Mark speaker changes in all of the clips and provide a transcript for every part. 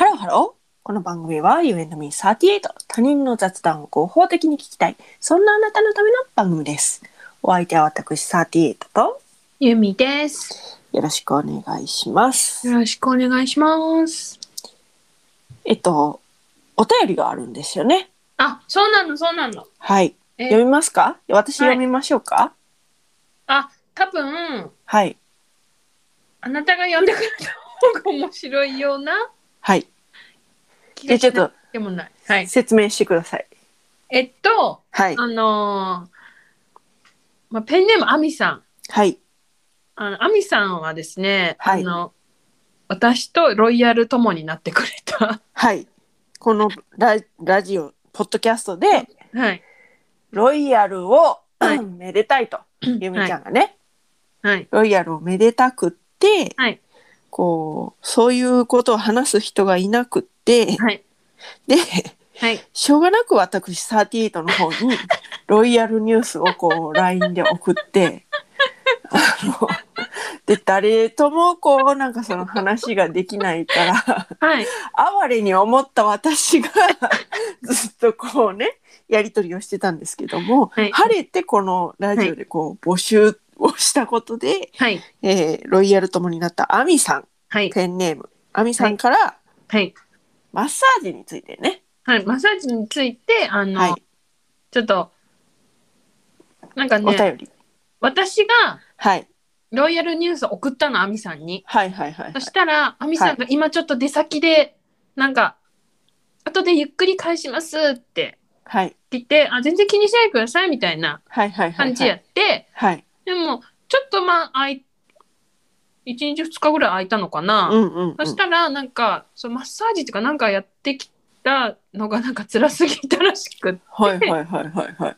Speaker 1: ヨハローこの番組は You and me38 他人の雑談を合法的に聞きたいそんなあなたのための番組ですお相手は私38と
Speaker 2: ゆみです。
Speaker 1: よろしくお願いします
Speaker 2: よろしくお願いします。
Speaker 1: えっとお便りがあるんですよね
Speaker 2: あ、そうなの、そうなの。
Speaker 1: はい
Speaker 2: え
Speaker 1: 読みますか私
Speaker 2: はい
Speaker 1: 読みましょうか
Speaker 2: 多分、
Speaker 1: はい
Speaker 2: あなたが読んでくれた方が面白いような
Speaker 1: はい
Speaker 2: 気
Speaker 1: で
Speaker 2: が
Speaker 1: ちょっ
Speaker 2: しな
Speaker 1: と
Speaker 2: くてもない。はい。
Speaker 1: 説明してください
Speaker 2: えっと、
Speaker 1: はい
Speaker 2: あのーまあ、ペンネームあみさん。
Speaker 1: はい
Speaker 2: あの、あみさんはですね、
Speaker 1: はい
Speaker 2: あの、私とロイヤル友になってくれ た。
Speaker 1: はいこのララジオポッドキャストで
Speaker 2: はい。
Speaker 1: ロイヤルを、
Speaker 2: はい
Speaker 1: めでたいとゆみちゃんがね、
Speaker 2: はい。
Speaker 1: ロイヤルをめでたくって、
Speaker 2: はい
Speaker 1: こうそういうことを話す人がいなくって、
Speaker 2: はい。
Speaker 1: で
Speaker 2: はい。
Speaker 1: しょうがなく私38の方にロイヤルニュースをこう LINE で送ってあので誰ともこうなんかその話ができないから
Speaker 2: はい。
Speaker 1: 哀れに思った私がずっとこうねやり取りをしてたんですけども、
Speaker 2: はい
Speaker 1: 晴れてこのラジオでこう募集をしたことで、
Speaker 2: はい。
Speaker 1: えーロイヤル友になったアミさん、
Speaker 2: はい。
Speaker 1: ペンネーム。アミさんから、
Speaker 2: はい。
Speaker 1: マッサージについてね。
Speaker 2: はい。マッサージについて、あの、
Speaker 1: はい。
Speaker 2: ちょっと、なんか
Speaker 1: お
Speaker 2: ね、
Speaker 1: 便り。
Speaker 2: 私が
Speaker 1: はい。
Speaker 2: ロイヤルニュース送ったの、アミさんに。
Speaker 1: はいはいはいは
Speaker 2: そ
Speaker 1: い
Speaker 2: し。たら、アミさんが今ちょっと出先で、なんか、後でゆっくり返しますって
Speaker 1: はい。
Speaker 2: 言って、あ、全然気にしないでくださいみたいな
Speaker 1: はいはいはい。
Speaker 2: 感じや。って、
Speaker 1: はい。
Speaker 2: でも、ちょっとまあ、あい、1日2日ぐらい空いたのかな。
Speaker 1: うんうんうん。
Speaker 2: そしたら、なんか、そうマッサージとかなんかやってきたのがなんか辛すぎたらしくって
Speaker 1: はいはいはいはいはい。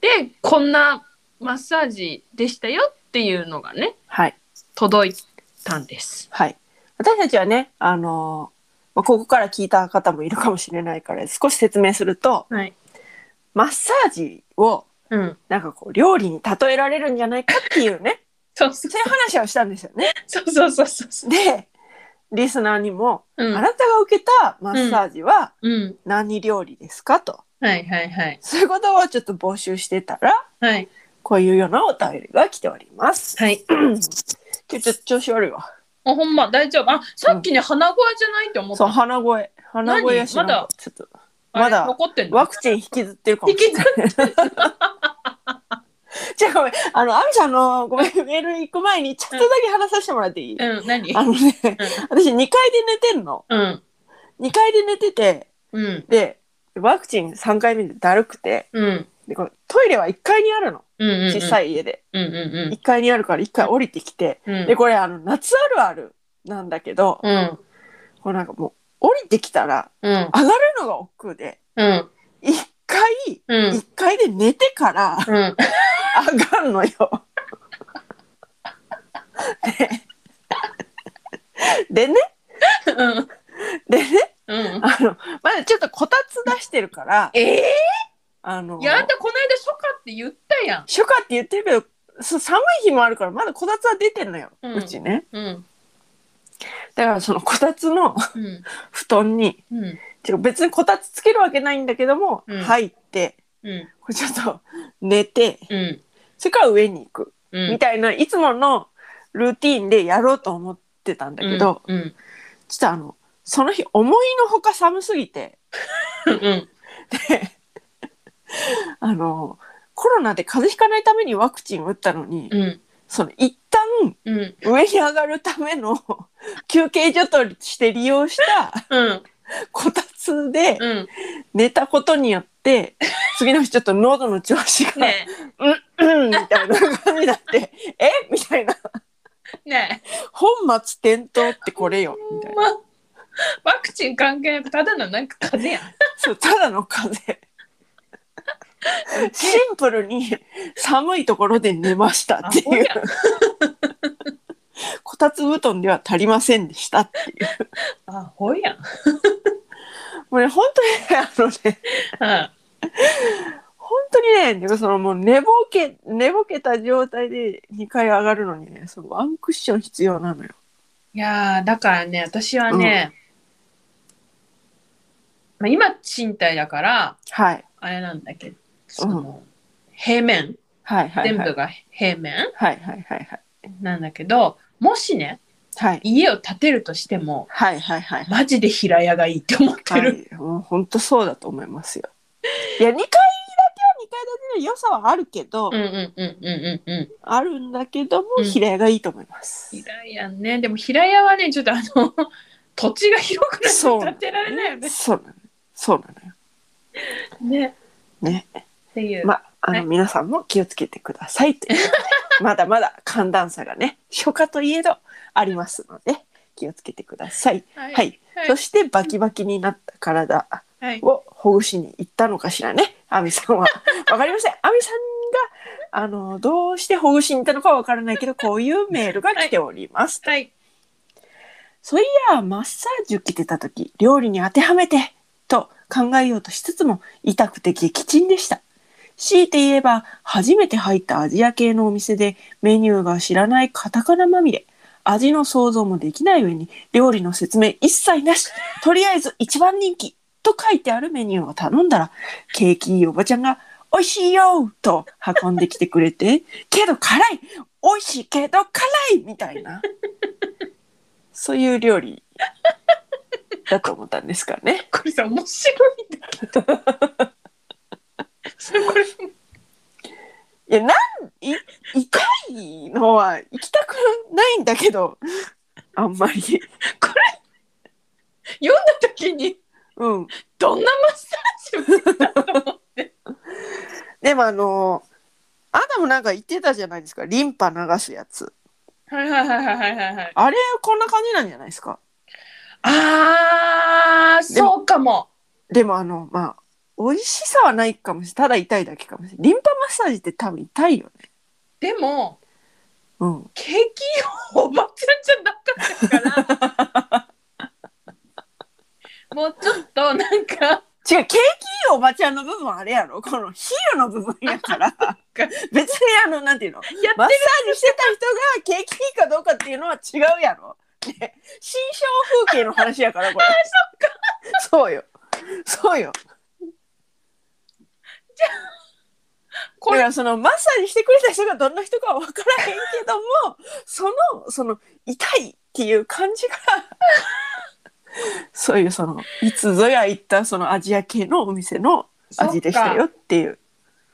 Speaker 2: でこんなマッサージでしたよっていうのがね
Speaker 1: はい。
Speaker 2: 届いたんです。
Speaker 1: はい。私たちはね、あのーまあここから聞いた方もいるかもしれないから、少し説明すると、
Speaker 2: はい。
Speaker 1: マッサージを、
Speaker 2: うん。
Speaker 1: なんかこう、料理に例えられるんじゃないかっていう ね、
Speaker 2: そうそ
Speaker 1: そういう話をしたんですよね。
Speaker 2: うそうそうそうそう。
Speaker 1: で、リスナーにも、
Speaker 2: う
Speaker 1: あ
Speaker 2: ん。
Speaker 1: なたが受けたマッサージは
Speaker 2: うん。
Speaker 1: 何料理ですかと。
Speaker 2: はいはいはい。
Speaker 1: そういうことをちょっと募集してたら、
Speaker 2: はい。
Speaker 1: こういうようなお便りが来ております。
Speaker 2: はい。
Speaker 1: 今日ちょっと調子悪いわ。
Speaker 2: あほんま大丈夫。あさっきね、鼻声じゃないって思っ
Speaker 1: そう、
Speaker 2: た。
Speaker 1: 鼻声。鼻声やし、
Speaker 2: 何まだ
Speaker 1: なんかちょっと、
Speaker 2: あれ
Speaker 1: まだ
Speaker 2: 残ってん
Speaker 1: ワ
Speaker 2: の
Speaker 1: クチン引きずってるかもしれない。 じゃあごめん、あの、アミさんの、ごめん、メール行く前にちょっとだけ話させてもらっていい、
Speaker 2: うん。何
Speaker 1: あのね、私2階で寝てんの。
Speaker 2: うん。
Speaker 1: 2階で寝てて、
Speaker 2: うん。
Speaker 1: で、ワクチン3回目でだるくて、
Speaker 2: うん。
Speaker 1: でこれトイレは1階にあるの。
Speaker 2: うん。うん。
Speaker 1: 小さ
Speaker 2: い。
Speaker 1: い家で。
Speaker 2: うんう
Speaker 1: 1階にあるから1階降りてきて、
Speaker 2: んうん。
Speaker 1: でこれあの夏あるあるなんだけど、
Speaker 2: うん。
Speaker 1: これなんかもう降りてきたら
Speaker 2: うん。
Speaker 1: 上がるのが億劫で
Speaker 2: うん。
Speaker 1: 1階、
Speaker 2: うん。
Speaker 1: 1階で寝てから
Speaker 2: うん。
Speaker 1: 上がるのよ。ででね
Speaker 2: うん。
Speaker 1: でね
Speaker 2: うん。
Speaker 1: あのまだちょっとこたつ出してるから
Speaker 2: ええ
Speaker 1: あの
Speaker 2: いや、あんたこの間初夏って言ったやん。
Speaker 1: 初夏って言ってるけどそう寒い日もあるからまだこたつは出てんのよ、う
Speaker 2: うん
Speaker 1: ちね。
Speaker 2: うん。
Speaker 1: だからそのこたつの
Speaker 2: うん。
Speaker 1: 布団に
Speaker 2: うん。
Speaker 1: てか別にこたつつけるわけないんだけども、
Speaker 2: うん
Speaker 1: 入って
Speaker 2: うん。
Speaker 1: これちょっと寝て
Speaker 2: うん。
Speaker 1: それから上に行く
Speaker 2: うん
Speaker 1: みたいな、いつものルーティーンでやろうと思ってたんだけど、
Speaker 2: うん。
Speaker 1: ちょっとあのその日思いのほか寒すぎて
Speaker 2: うん。
Speaker 1: あのコロナで風邪ひかないためにワクチン打ったのに、
Speaker 2: うん。
Speaker 1: その一旦
Speaker 2: うん。
Speaker 1: 上に上がるための 休憩所として利用した
Speaker 2: うん。
Speaker 1: こたつで
Speaker 2: うん。
Speaker 1: 寝たことによって次の日ちょっと喉の調子が、
Speaker 2: ね
Speaker 1: うん、みたいな感じになって、 えみたいな。
Speaker 2: え。ねえ。
Speaker 1: 本末転倒ってこれよ、みたい
Speaker 2: ま
Speaker 1: な。
Speaker 2: あ、ワクチン関係なく、ただのなんか風邪
Speaker 1: そう、ただの風邪。シンプルに寒いところで寝ましたって
Speaker 2: アホ
Speaker 1: いう。こたつ布団では足りませんでしたっていう。
Speaker 2: やん。あ、ほやん。
Speaker 1: もうね、本当にね、あのね、
Speaker 2: は
Speaker 1: 本当にね、なんかそのもう寝ぼけ、寝ぼけた状態で2回上がるのにね、そのワンクッション必要なのよ。
Speaker 2: い。いやー、だからね、私はね、まあ、今賃貸だから
Speaker 1: はい
Speaker 2: あれなんだけどその、平面
Speaker 1: はいはい
Speaker 2: 全
Speaker 1: はい
Speaker 2: 部が平面
Speaker 1: はいはいはいはい
Speaker 2: なんだけどもしね
Speaker 1: はい
Speaker 2: 家を建てるとしても
Speaker 1: はいはいはい
Speaker 2: マジで平屋がいいって思って
Speaker 1: は
Speaker 2: る、
Speaker 1: いもう本当そうだと思いますよいや2階だけは2階建ての良さはあるけど、
Speaker 2: うんうんうんうんうんうん
Speaker 1: あるんだけども、
Speaker 2: うん
Speaker 1: 平屋がいいと思います
Speaker 2: 平屋ねでも平屋はねちょっとあの土地が広くない
Speaker 1: そう
Speaker 2: と建てられないよね
Speaker 1: そうなのそうなのよ
Speaker 2: ね
Speaker 1: ね
Speaker 2: っていう、
Speaker 1: まあの、
Speaker 2: はい
Speaker 1: 皆さんも気をつけてくださいということでまだまだ寒暖差がね初夏といえどありますので気をつけてください、
Speaker 2: は
Speaker 1: は
Speaker 2: はいい
Speaker 1: そしてバキバキになった体
Speaker 2: はい
Speaker 1: をほぐしに行ったのかしらね亜美さん はわかりません亜美さんがあのどうしてほぐしに行ったのかはわからないけどこういうメールが来ております、
Speaker 2: はい
Speaker 1: そういやマッサージ受けてた時料理に当てはめてと考えようとしつつも痛くて激沈でした強いて言えば初めて入ったアジア系のお店でメニューが知らないカタカナまみれ味の想像もできない上に料理の説明一切なしとりあえず一番人気と書いてあるメニューを頼んだら景気いいおばちゃんが「美味しいよ!」と運んできてくれて「けど辛い美味しいけど辛い!」みたいなそういう料理だと思ったんですかね。
Speaker 2: これさ面白いんだけどそれこれ
Speaker 1: いやなんい痛いのは行きたくないんだけ どあんまり。
Speaker 2: 読んだ時に
Speaker 1: うん、
Speaker 2: どんなマッサージをしてたの
Speaker 1: でもあのあなたもなんか言ってたじゃないですかリンパ流すやつ。
Speaker 2: はいはいはいはいはいはい
Speaker 1: あれこんな感じなんじゃないですか
Speaker 2: あー
Speaker 1: でも
Speaker 2: そうかも
Speaker 1: でもあのまあ美味しさはないかもしれないただ痛いだけかもしれないリンパマッサージって多分痛いよね
Speaker 2: でも
Speaker 1: うん
Speaker 2: 景気おばちゃんじゃなかったからもうちょっとなんか
Speaker 1: 違う景気いいおばちゃんの部分はあれやろこのヒールの部分やから 別にあのなんていうの
Speaker 2: やっ
Speaker 1: マッサージしてた人が景気いいかどうかっていうのは違うやろ、ね、新象風景の話やからこれそうよそうよ
Speaker 2: こ
Speaker 1: だ
Speaker 2: れ
Speaker 1: からそのマッサージしてくれた人がどんな人かは分からへんけどもそのその痛いっていう感じがそういうそのいつぞや行ったそのアジア系のお店の味でしたよっていう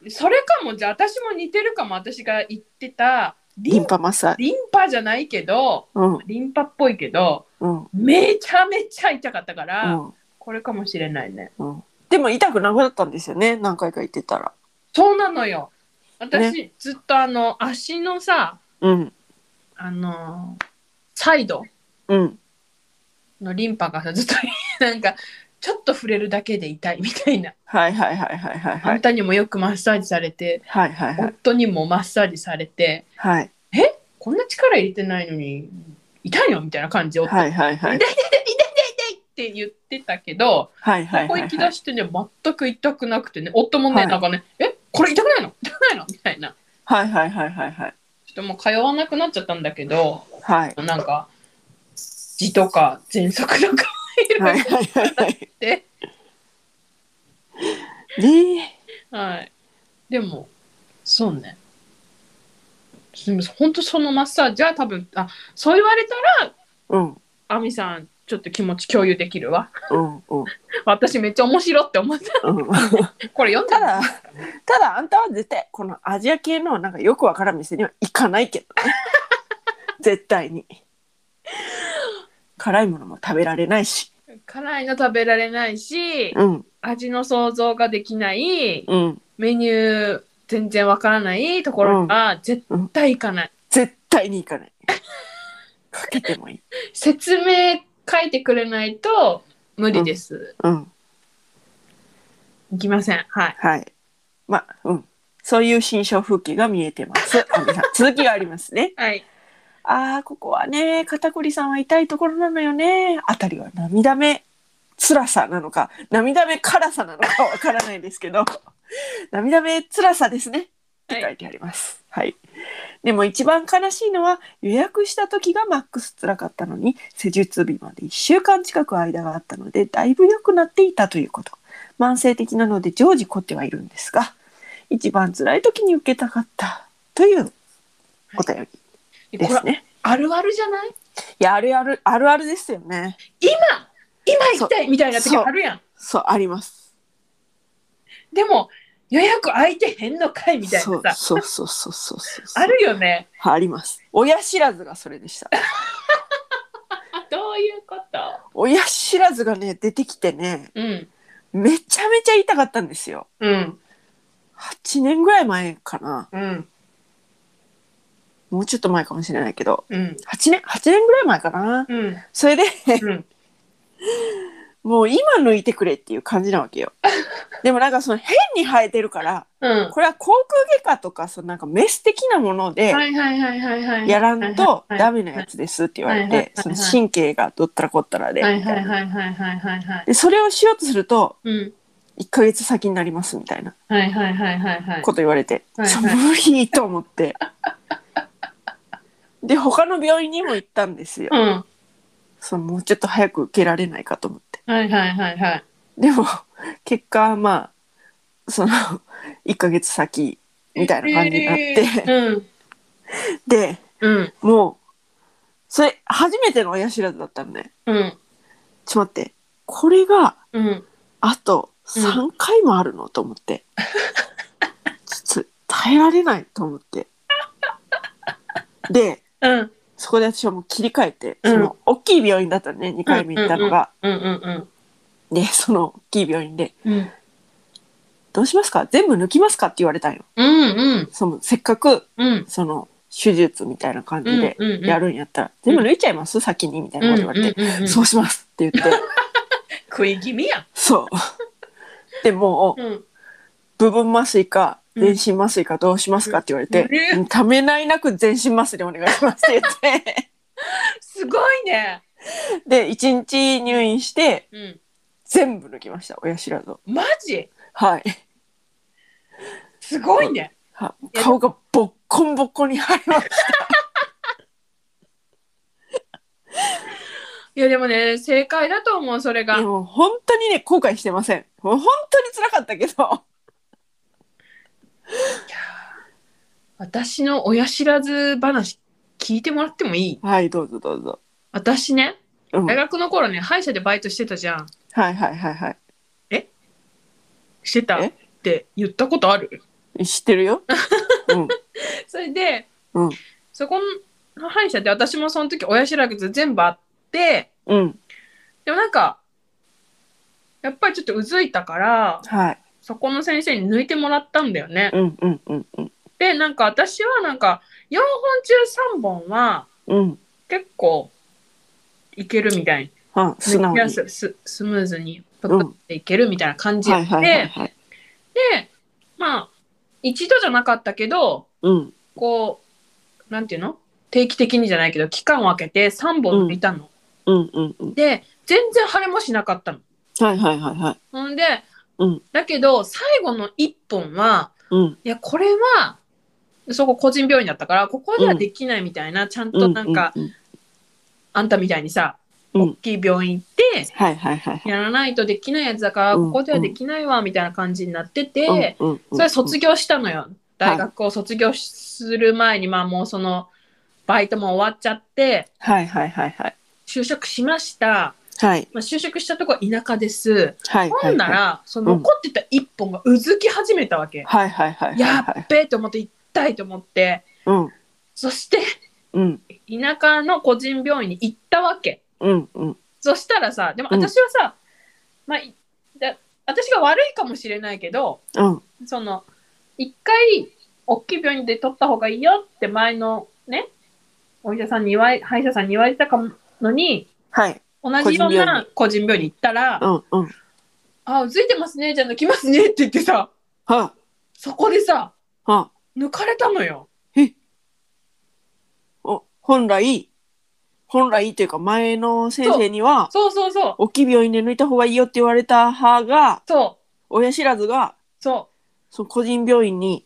Speaker 2: それかもじゃあ私も似てるかも私が言ってたリ
Speaker 1: リ
Speaker 2: ン
Speaker 1: ンパマッサージ
Speaker 2: リンパじゃないけど
Speaker 1: うんうん
Speaker 2: リンパっぽいけど
Speaker 1: うん
Speaker 2: めちゃめちゃ痛かったから、これかもしれないね
Speaker 1: うんでも痛くなくなったんですよね何回か行ってたら
Speaker 2: そうなのよ私、ずっとあの足のさ
Speaker 1: うん
Speaker 2: あのーサイド
Speaker 1: うん
Speaker 2: のリンパがさずっと なんかちょっと触れるだけで痛いみたいな、
Speaker 1: はいはいはいはいはいは
Speaker 2: あん
Speaker 1: い
Speaker 2: たにもよくマッサージされて
Speaker 1: はいはいはい
Speaker 2: 夫にもマッサージされて
Speaker 1: はい
Speaker 2: こんな力入れてないのに痛いのみたいな感じを、
Speaker 1: はいはいはい
Speaker 2: 痛い痛い痛い痛い痛いって言ってたけど、
Speaker 1: はいはい
Speaker 2: こ
Speaker 1: は
Speaker 2: こ
Speaker 1: い
Speaker 2: 行き
Speaker 1: は
Speaker 2: 出
Speaker 1: い
Speaker 2: してね全く痛くなくてね夫もね、
Speaker 1: はい
Speaker 2: なんかねえこれ痛くないの痛くないのみたいな
Speaker 1: はいはいはいはいはい
Speaker 2: ちょっともう通わなくなっちゃったんだけど
Speaker 1: はい
Speaker 2: なんか字とか喘息とかいろ
Speaker 1: はいい
Speaker 2: ろ
Speaker 1: はいはいはい
Speaker 2: で。
Speaker 1: ねえ
Speaker 2: はい。でも、そうね。でも本当そのマッサージは多分、あ、そう言われた
Speaker 1: うん
Speaker 2: ら、アミさん、ちょっと気持ち共有できるわ。
Speaker 1: うんうん
Speaker 2: 私めっちゃ面白って思った。
Speaker 1: うん
Speaker 2: これ読ん
Speaker 1: た
Speaker 2: だら、
Speaker 1: だただあんたは絶対このアジア系のなんかよくわからん店には行かないけどね絶対に辛いものも食べられないし
Speaker 2: 辛いの食べられないし、
Speaker 1: うん
Speaker 2: 味の想像ができない、
Speaker 1: うん
Speaker 2: メニュー全然わからないところが絶対行かない。
Speaker 1: 絶対に行かないかけてもいい
Speaker 2: 説明書いてくれないと無理です。
Speaker 1: うん
Speaker 2: 行きません。はい。
Speaker 1: はいまあうんそういう新象風景が見えてますあみさん続きがありますね
Speaker 2: はい。
Speaker 1: ああここはね肩こりさんは痛いところなのよねあたりは涙目辛さなのか涙目辛さなのかわからないですけど涙目辛さですねって書いてあります。はい。でも一番悲しいのは予約した時がマックス辛かったのに施術日まで1週間近く間があったのでだいぶ良くなっていたということ慢性的なので常時凝ってはいるんですが一番辛い時に受けたかったというお便りで
Speaker 2: こ
Speaker 1: す
Speaker 2: れ
Speaker 1: ね。
Speaker 2: あるあるじゃない
Speaker 1: いやあるあるあるあるですよね。
Speaker 2: 今今行きたいみたいな時
Speaker 1: そう
Speaker 2: あるやん
Speaker 1: そうあります。
Speaker 2: でも予約空いてへんのかいみたい
Speaker 1: そう
Speaker 2: なさ
Speaker 1: そうそうそうそうそうそう
Speaker 2: あるよね
Speaker 1: あります。親知らずがそれでした。
Speaker 2: あどういうこと
Speaker 1: 親知らずがね出てきてね
Speaker 2: うん
Speaker 1: めちゃめちゃ痛かったんですよ。
Speaker 2: うん
Speaker 1: 8年ぐらい前かな
Speaker 2: うん
Speaker 1: もうちょっと前かもしれないけど
Speaker 2: うん
Speaker 1: 8年8年ぐらい前かな
Speaker 2: うん
Speaker 1: それで
Speaker 2: うん
Speaker 1: もう今抜いてくれっていう感じなわけよでもなんかその変に生えてるから
Speaker 2: うん
Speaker 1: これは口腔外科とかそのなんかメス的なもので
Speaker 2: はいはいはいはいはい
Speaker 1: やらんと
Speaker 2: はい
Speaker 1: ダメなやつですって言われ
Speaker 2: はいはいはい
Speaker 1: てその神経がどったらこったらでみ
Speaker 2: は
Speaker 1: た
Speaker 2: い
Speaker 1: い
Speaker 2: はい
Speaker 1: な
Speaker 2: はいはいはいはいはい
Speaker 1: でそれをしようとすると
Speaker 2: うん
Speaker 1: 1ヶ月先になりますみたいな
Speaker 2: はいはいはいはいはい
Speaker 1: こと言われて、
Speaker 2: はい
Speaker 1: ちょ無理と思 ってで他の病院にも行ったんですよ
Speaker 2: うんはい
Speaker 1: そのもうちょっと早く受けられないかと思って
Speaker 2: はいはいはい
Speaker 1: でも結果まあその1ヶ月先みたいな感じになって、
Speaker 2: うん
Speaker 1: で
Speaker 2: うん
Speaker 1: もうそれ初めての親知らずだったんで
Speaker 2: うん
Speaker 1: ちょっと待ってこれが
Speaker 2: うん
Speaker 1: あと3回もあるの、と思ってちょっと耐えられないと思ってで
Speaker 2: うん
Speaker 1: そこで私はもう切り替えて、
Speaker 2: うん
Speaker 1: その大きい病院だったね2回目行ったのが、
Speaker 2: うんうん
Speaker 1: でその大きい病院で
Speaker 2: うんうん
Speaker 1: 「どうしますか全部抜きますか?」って言われたんよ
Speaker 2: うんうん
Speaker 1: そのせっかく
Speaker 2: うん
Speaker 1: その手術みたいな感じで
Speaker 2: うんうんうん
Speaker 1: やるんやったら「全部抜いちゃいます先に」みたいなこと言われて
Speaker 2: うんうんうん
Speaker 1: 「
Speaker 2: うん
Speaker 1: そうします」って 言って
Speaker 2: 食い気味やん
Speaker 1: そうでもう
Speaker 2: うん
Speaker 1: 部分麻酔か
Speaker 2: うん
Speaker 1: 全身麻酔かどうしますかって言われて
Speaker 2: う
Speaker 1: 「ためないなく全身麻酔でお願いします」って言って
Speaker 2: すごいね
Speaker 1: で1日入院して
Speaker 2: うん
Speaker 1: 全部抜きました親知らずを
Speaker 2: マジ
Speaker 1: はい。
Speaker 2: すごいね。
Speaker 1: はい
Speaker 2: や
Speaker 1: 顔がボッコンボッコンに腫れました。
Speaker 2: いやでもね正解だと思うそれが
Speaker 1: で。も本当にね後悔してません。もう本当に辛かったけど。
Speaker 2: 私の親知らず話聞いてもらってもいい
Speaker 1: はいどうぞどうぞ。
Speaker 2: 私ね
Speaker 1: うん、は
Speaker 2: 大
Speaker 1: い
Speaker 2: 学の頃ね歯医者でバイトしてたじゃん。
Speaker 1: はいはいは
Speaker 2: してた
Speaker 1: え
Speaker 2: って言ったことある
Speaker 1: い。知ってる よ。うん
Speaker 2: それで、
Speaker 1: うん
Speaker 2: そこの歯医者で私もその時親知らず全部あって
Speaker 1: うん
Speaker 2: でもなんかやっぱりちょっとうずいたから
Speaker 1: はい
Speaker 2: そこの先生に抜いてもらったんだよね。
Speaker 1: うんうんうんうん
Speaker 2: でなんか私はなんか4本中3本は
Speaker 1: うん
Speaker 2: 結構いけるみたい
Speaker 1: はい素直
Speaker 2: にい
Speaker 1: に。
Speaker 2: やスススムーズにプップっていけるみたいな感じ
Speaker 1: は
Speaker 2: や
Speaker 1: い
Speaker 2: って、
Speaker 1: はいはいはい。
Speaker 2: でまあ一度じゃなかったけど
Speaker 1: うん
Speaker 2: こうなんていうの定期的にじゃないけど期間を空けて3本抜いたの、
Speaker 1: うんうんうん
Speaker 2: で全然腫れもしなかったの。
Speaker 1: はいはいはいはい。
Speaker 2: ほんで、
Speaker 1: うん
Speaker 2: だけど最後の1本は
Speaker 1: うん
Speaker 2: いやこれはそこ個人病院だったからここではできないみたいな、ちゃん
Speaker 1: う
Speaker 2: と
Speaker 1: ん
Speaker 2: なんか、
Speaker 1: うんうん
Speaker 2: あんたみたいにさ、
Speaker 1: うん
Speaker 2: 大きい病院行って
Speaker 1: はいはいはいはい。
Speaker 2: やらないとできないやつだから、
Speaker 1: うん
Speaker 2: ここではできないわみたいな感じになってて、
Speaker 1: うんうんうん
Speaker 2: それ卒業したのよ大学を卒業する前にまあもうそのバイトも終わっちゃって
Speaker 1: はいはいはいはい
Speaker 2: 就職しました、
Speaker 1: はい
Speaker 2: まあ、就職したとこは田舎です
Speaker 1: はいは
Speaker 2: ほ
Speaker 1: い
Speaker 2: んな
Speaker 1: は
Speaker 2: らその残ってた一本がうずき始めたわけ、
Speaker 1: いはいはいはい
Speaker 2: や
Speaker 1: は
Speaker 2: っ
Speaker 1: い。
Speaker 2: べえと思って痛いと思って
Speaker 1: うん
Speaker 2: そして
Speaker 1: うん
Speaker 2: 田舎の個人病院に行ったわけ
Speaker 1: うんうん
Speaker 2: そしたらさ、でも
Speaker 1: うん
Speaker 2: 私はさ、まあ、いだ私が悪いかもしれないけど、
Speaker 1: うん
Speaker 2: その、一回、大きい病院で取った方がいいよって前のね、お医者さんに言われ、歯医者さんに言われたかものに、
Speaker 1: はい
Speaker 2: 同じような個人病院に行ったら、
Speaker 1: うんうん
Speaker 2: あ、ついてますね、じゃあ抜きますねって言ってさ、
Speaker 1: は
Speaker 2: そこでさ、
Speaker 1: は。
Speaker 2: 抜かれたのよ。
Speaker 1: お本来本来というか前の先生には
Speaker 2: そうそうそう、
Speaker 1: 大きい病院で抜いた方がいいよって言われた歯が
Speaker 2: そう、
Speaker 1: 親知らずが
Speaker 2: そ
Speaker 1: その個人病院に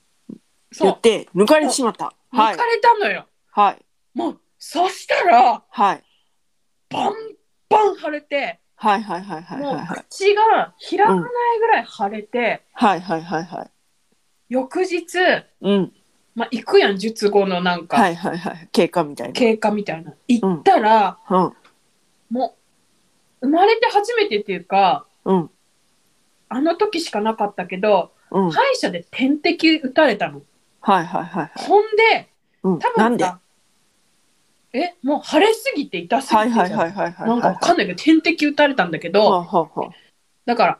Speaker 2: そ
Speaker 1: 言
Speaker 2: う
Speaker 1: っ。て抜かれてしまった。はい
Speaker 2: 抜かれたのよ。
Speaker 1: はい
Speaker 2: もう、そしたら、
Speaker 1: はい
Speaker 2: バンバン腫れて、
Speaker 1: はいはいはいはい
Speaker 2: も
Speaker 1: は
Speaker 2: う
Speaker 1: い
Speaker 2: 口が開かないぐらい腫れて、
Speaker 1: はいはいはいはい
Speaker 2: 翌日、
Speaker 1: うん
Speaker 2: まあ、行くやん、術後のなんか、
Speaker 1: はいはいはい経過みたいな。
Speaker 2: 経過みたいな。行ったら、
Speaker 1: うん
Speaker 2: もう、生まれて初めてっていうか、
Speaker 1: うん
Speaker 2: あの時しかなかったけど、
Speaker 1: うんはい
Speaker 2: 歯医者で点滴打たれたの。
Speaker 1: はいはいはい。
Speaker 2: ほんで、
Speaker 1: うん
Speaker 2: 多分
Speaker 1: なんで。
Speaker 2: さえ、もう腫れすぎて痛すぎ
Speaker 1: は
Speaker 2: て
Speaker 1: い
Speaker 2: じゃん
Speaker 1: はいはいはいはい。
Speaker 2: なんかわかんないけど、点滴打たれたんだけど、
Speaker 1: はあはあはあ
Speaker 2: だから、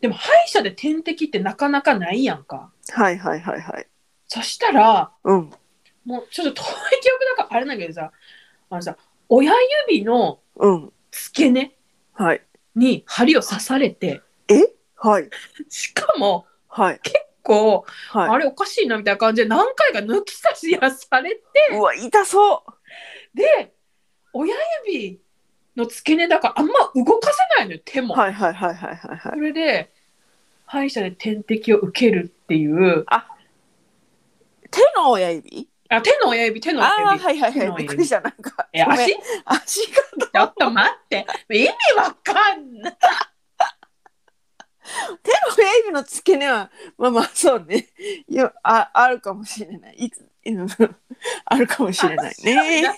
Speaker 2: でも歯医者で点滴ってなかなかないやんか。
Speaker 1: はいはいはいはい。
Speaker 2: そしたら、
Speaker 1: うん
Speaker 2: もうちょっと遠い記憶だからあれだけどさ、あのさ、親指の
Speaker 1: うん
Speaker 2: 付け根
Speaker 1: はい
Speaker 2: に針を刺されて、
Speaker 1: えはい
Speaker 2: しかも、
Speaker 1: はい
Speaker 2: こう、
Speaker 1: は
Speaker 2: あれおかしいなみたいな感じで何回か抜き差しやされて、
Speaker 1: い。うわ痛そう。
Speaker 2: で、親指の付け根だからあんま動かせないのよ、手も。
Speaker 1: はいはいはいはいはいは
Speaker 2: そ
Speaker 1: い。
Speaker 2: れで、歯医者で点滴を受けるっていう、
Speaker 1: 手の親指？
Speaker 2: あ、手の親指、手の親指。
Speaker 1: ああーはいはい
Speaker 2: 手の
Speaker 1: はい。
Speaker 2: 親
Speaker 1: びっ
Speaker 2: 指
Speaker 1: くりしたなんか。
Speaker 2: え、
Speaker 1: ごめん
Speaker 2: 足
Speaker 1: 足が
Speaker 2: ちょっと 待って。意味わかんない。
Speaker 1: 手の親指の付け根はまあまあそうね。よああるかもしれない。いつうんあるかもしれない ね。
Speaker 2: あ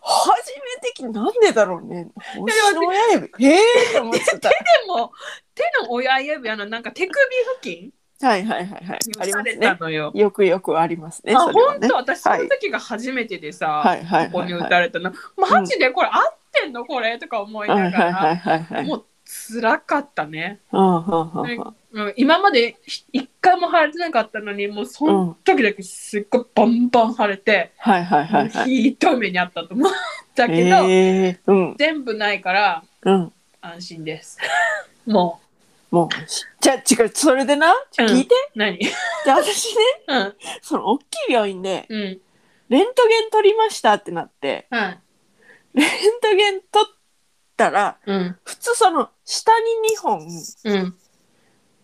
Speaker 1: 初めてきなんでだろうね。星の親指。へえと思ってた。
Speaker 2: でも、手の親指、あの、なんか手首付近
Speaker 1: はいはいはいはい。あ
Speaker 2: に
Speaker 1: り
Speaker 2: さ
Speaker 1: ま
Speaker 2: れ
Speaker 1: す
Speaker 2: た
Speaker 1: ね。
Speaker 2: のよ。
Speaker 1: よくよくありますね。
Speaker 2: あ、
Speaker 1: それは
Speaker 2: 本
Speaker 1: ね。
Speaker 2: 当私、そ
Speaker 1: はい
Speaker 2: の時が初めてでさ、
Speaker 1: はいはい
Speaker 2: ここ
Speaker 1: は
Speaker 2: に
Speaker 1: い
Speaker 2: 打
Speaker 1: はい。
Speaker 2: たれたの。マジでこれ合ってんのこれとか思い
Speaker 1: は
Speaker 2: ないが
Speaker 1: はいは
Speaker 2: ら、
Speaker 1: いはいはい。
Speaker 2: もう辛かったね。
Speaker 1: うんうんうんうん
Speaker 2: うん今まで一回も腫れてなかったのに、もうその時だけすっごいバンバン腫れて、
Speaker 1: はいはいはい
Speaker 2: もう
Speaker 1: はい。
Speaker 2: ひどい目にあったと思ったけど、
Speaker 1: へえうん
Speaker 2: 全部ないから、
Speaker 1: うん。
Speaker 2: 安心です。 も
Speaker 1: もうじゃあ違うそれでな
Speaker 2: うん
Speaker 1: 聞いて。
Speaker 2: う、何
Speaker 1: じゃあ私ね
Speaker 2: うん、
Speaker 1: その大きい病院で
Speaker 2: うん、
Speaker 1: レントゲン取りましたってなって
Speaker 2: はい、
Speaker 1: レントゲン取ったら
Speaker 2: うん、
Speaker 1: 普通その下に2本
Speaker 2: うん、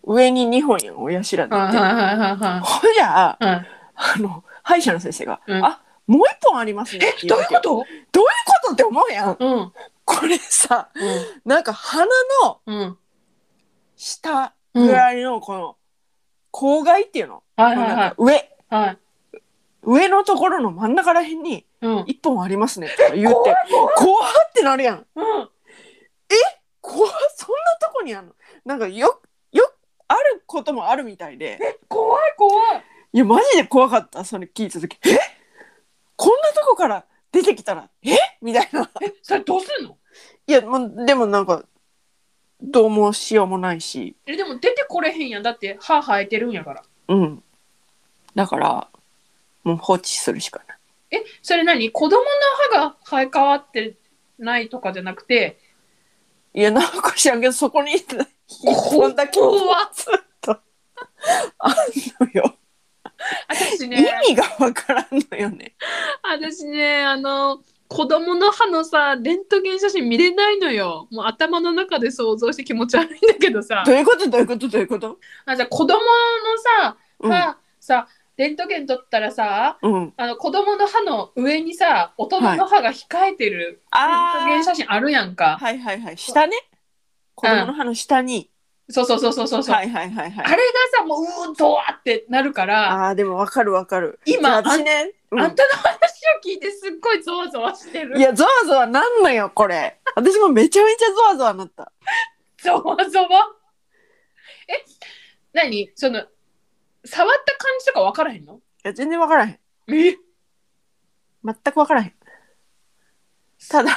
Speaker 1: 上に2本やん親知らず
Speaker 2: はい、
Speaker 1: って。
Speaker 2: はい、はい、は
Speaker 1: ほりゃあ
Speaker 2: い、はい。
Speaker 1: あの歯医者の先生が「
Speaker 2: うん
Speaker 1: あもう1本ありますね」って
Speaker 2: え、
Speaker 1: 言う
Speaker 2: どう
Speaker 1: わ
Speaker 2: いう
Speaker 1: けよ
Speaker 2: こ。
Speaker 1: ど
Speaker 2: と
Speaker 1: ういうことって思うやん。
Speaker 2: うん、
Speaker 1: これさなんか鼻の
Speaker 2: うん、
Speaker 1: 下
Speaker 2: うん、
Speaker 1: ぐ
Speaker 2: はい、
Speaker 1: らいのこの口外っていうの,、
Speaker 2: はい、
Speaker 1: このなん
Speaker 2: は
Speaker 1: か上
Speaker 2: い、はい、
Speaker 1: 上のところの真ん中らへんに
Speaker 2: うん、うん、
Speaker 1: 一本ありますねとか言うて怖っってなるやん怖っそんなとこにあるのなんかよよあることもあるみたいで
Speaker 2: 怖い、怖い。
Speaker 1: いやマジで怖かったそれ聞いた時えこんなとこから出てきたらえみたいな
Speaker 2: え、それどうすんの。
Speaker 1: いやもうでもなんかどうもしようもないし
Speaker 2: え、でも、出てこれへんやん、だって、歯生えてるんやから。
Speaker 1: うんだからもう放置するしかない
Speaker 2: え、それ何、子供の歯が生え変わってないとかじゃなくて。
Speaker 1: いやなんか知らんけどそこに一
Speaker 2: 怖
Speaker 1: 本
Speaker 2: っ
Speaker 1: だけずっとあんのよ
Speaker 2: 私
Speaker 1: 意
Speaker 2: ね、
Speaker 1: 味がわからんのよね
Speaker 2: 私ね、あの。子供の歯のさ、レントゲン写真見れないのよ。もう頭の中で想像して気持ち悪いんだけどさ。
Speaker 1: どういうことどういうことどういうこと
Speaker 2: あじゃあ子供のさ
Speaker 1: うん
Speaker 2: 歯、さレントゲン取ったらさ
Speaker 1: うん
Speaker 2: あの子供の歯の上にさ大人の歯が控えてる、レントゲン写真あるやんか
Speaker 1: はいはいはい下ね子供の歯の下に、
Speaker 2: そうそうそうそうそう、
Speaker 1: はいはいはいはい
Speaker 2: あれがさもううーんとわってなるからあ,、
Speaker 1: ああーでもわかるわかる
Speaker 2: 今
Speaker 1: 私ね、うん
Speaker 2: んたの話を聞いてすっごいゾワゾワしてる
Speaker 1: いやゾワゾワなんのよこれ私もめちゃめちゃゾワゾワなった
Speaker 2: ゾワゾワえ何その触った感じとか分からへんの
Speaker 1: いや全然わからへん
Speaker 2: え
Speaker 1: 全くわからへんただ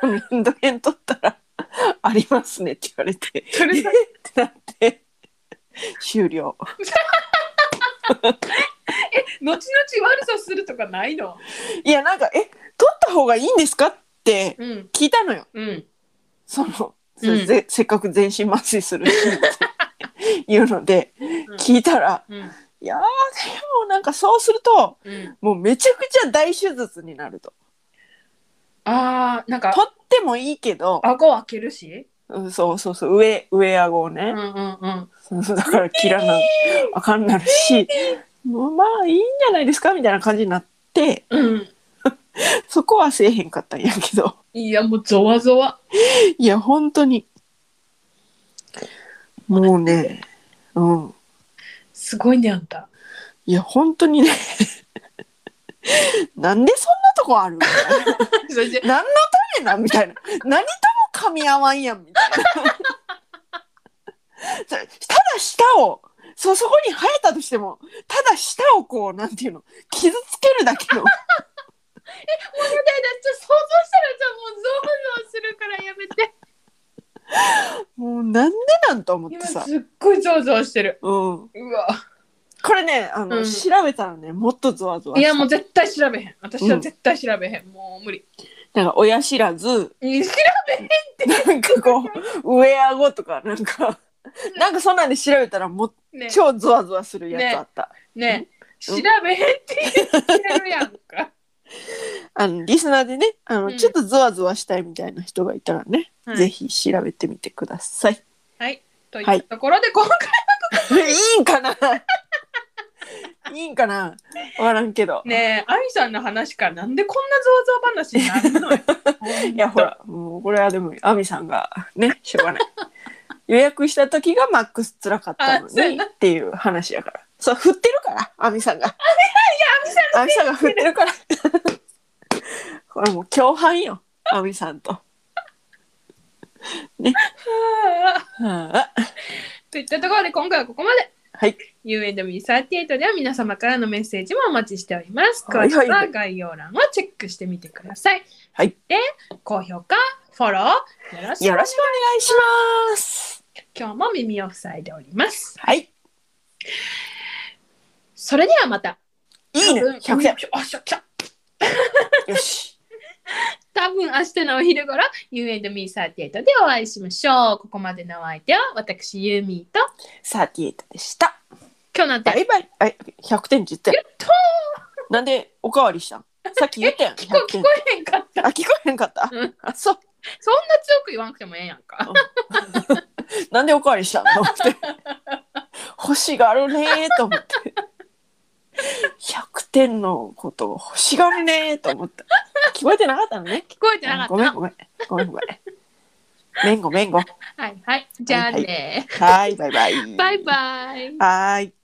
Speaker 1: そのレントゲン取ったら ありますねって言われて
Speaker 2: それさ
Speaker 1: えってなって終了
Speaker 2: 後々悪さするとかないの
Speaker 1: いやなんかえ取った方がいいんですかって
Speaker 2: うん
Speaker 1: 聞いたのよ
Speaker 2: うん
Speaker 1: その、
Speaker 2: うん
Speaker 1: ぜせっかく全身麻酔するしっていうので
Speaker 2: うん
Speaker 1: 聞いたら、
Speaker 2: うん
Speaker 1: いやーでもなんかそうすると
Speaker 2: うん
Speaker 1: もうめちゃくちゃ大手術になると
Speaker 2: あーなんか
Speaker 1: 取ってもいいけど
Speaker 2: 顎開けるし
Speaker 1: うんそうそうそう上上顎を
Speaker 2: う
Speaker 1: ね
Speaker 2: ん、うんうん。
Speaker 1: そうそうだから切らなあかんなるしもうまあいいんじゃないですかみたいな感じになって
Speaker 2: うん。
Speaker 1: そこはせえへんかったんやけど
Speaker 2: いや、もうゾワゾワ。
Speaker 1: いや本当にもうねうん
Speaker 2: すごいね、あんた。
Speaker 1: いや本当にねなんでそんなとこあるみたいな
Speaker 2: それで、
Speaker 1: 何のためなんみたいな何とも噛み合わんやんみたいな それただ舌をそうそこに生えたとしてもただ舌をこうなんていうの傷つけるだけの
Speaker 2: もうやだやだ、ちょっと想像したらじゃあもうゾワゾワするからやめて。
Speaker 1: もうなんでなんと思って
Speaker 2: 今
Speaker 1: さ、
Speaker 2: すっごいゾワゾワしてる。
Speaker 1: うん、
Speaker 2: うわ。
Speaker 1: これねあの、
Speaker 2: うん
Speaker 1: 調べたらねもっとゾワゾワ
Speaker 2: い
Speaker 1: した
Speaker 2: や、もう絶対調べへん。私は絶対調べへん。もう無理。
Speaker 1: なんか親知らず
Speaker 2: いや
Speaker 1: なんかこう上顎とかなんかなんかそんなんで調べたらもう
Speaker 2: ね
Speaker 1: 超ゾワゾワするやつあった、
Speaker 2: ね調べへんって言ってるやんか。
Speaker 1: あのリスナーでねあの、
Speaker 2: うん
Speaker 1: ちょっとゾワゾワしたいみたいな人がいたらね、
Speaker 2: はい
Speaker 1: ぜひ調べてみてくださ い。
Speaker 2: はい。とい
Speaker 1: は
Speaker 2: っ
Speaker 1: い
Speaker 2: たところで、今回、
Speaker 1: いいんかないいんかなわからんけど。
Speaker 2: ねえ、愛さんの話からなんでこんなゾワゾワ話になるのよ。
Speaker 1: いやほらもうこれはでも亜美さんがねしょうがない。 予約した時がマックス辛かったの
Speaker 2: あそうや
Speaker 1: に
Speaker 2: な
Speaker 1: っていう話やから。そう振ってるから亜美さん が。いや亜美さんが振ってるから。 これもう共犯よ亜美さんと。
Speaker 2: はあ
Speaker 1: はあ
Speaker 2: といったところで、今回はここまで。
Speaker 1: はい。
Speaker 2: U&Me38 では皆様からのメッセージもお待ちしております。詳
Speaker 1: はい
Speaker 2: し
Speaker 1: はい
Speaker 2: くは概要欄をチェックしてみてください。
Speaker 1: はい。
Speaker 2: で、高評価、フォロー、よろしく。
Speaker 1: よろしくお願いします。
Speaker 2: 今日も耳を塞いでおります。
Speaker 1: はい。
Speaker 2: それではまた。
Speaker 1: いいね。
Speaker 2: 100
Speaker 1: 100点。。
Speaker 2: あ、しゃ、来た。
Speaker 1: よし。
Speaker 2: 多分明日のお昼頃 You and me38 でお会いしましょう。ここまでのお相手は私ユーミーと
Speaker 1: 38でした。
Speaker 2: 今日なんて
Speaker 1: バイバイ。あ、100点10点。
Speaker 2: やったー
Speaker 1: なんでおかわりしたんさっき言ったやん。
Speaker 2: 聞こ
Speaker 1: 100点
Speaker 2: 聞こ。えへんかった。
Speaker 1: あ、聞こえへんかった
Speaker 2: うん。
Speaker 1: あ、そう。
Speaker 2: そんな強く言わなくてもええやんか。
Speaker 1: なんでおかわりしたんと思って。欲しがるねーと思って。100点のことを欲しがるねーと思った。聞こえてなかったのね。
Speaker 2: 聞こえてなか
Speaker 1: ご
Speaker 2: っ
Speaker 1: め
Speaker 2: た
Speaker 1: ん
Speaker 2: な。
Speaker 1: ごめん。ごめんごめん。めんごめんご。は
Speaker 2: はいはい。じゃあね。
Speaker 1: ーい、バイバイ。
Speaker 2: バイバイ。
Speaker 1: はーい。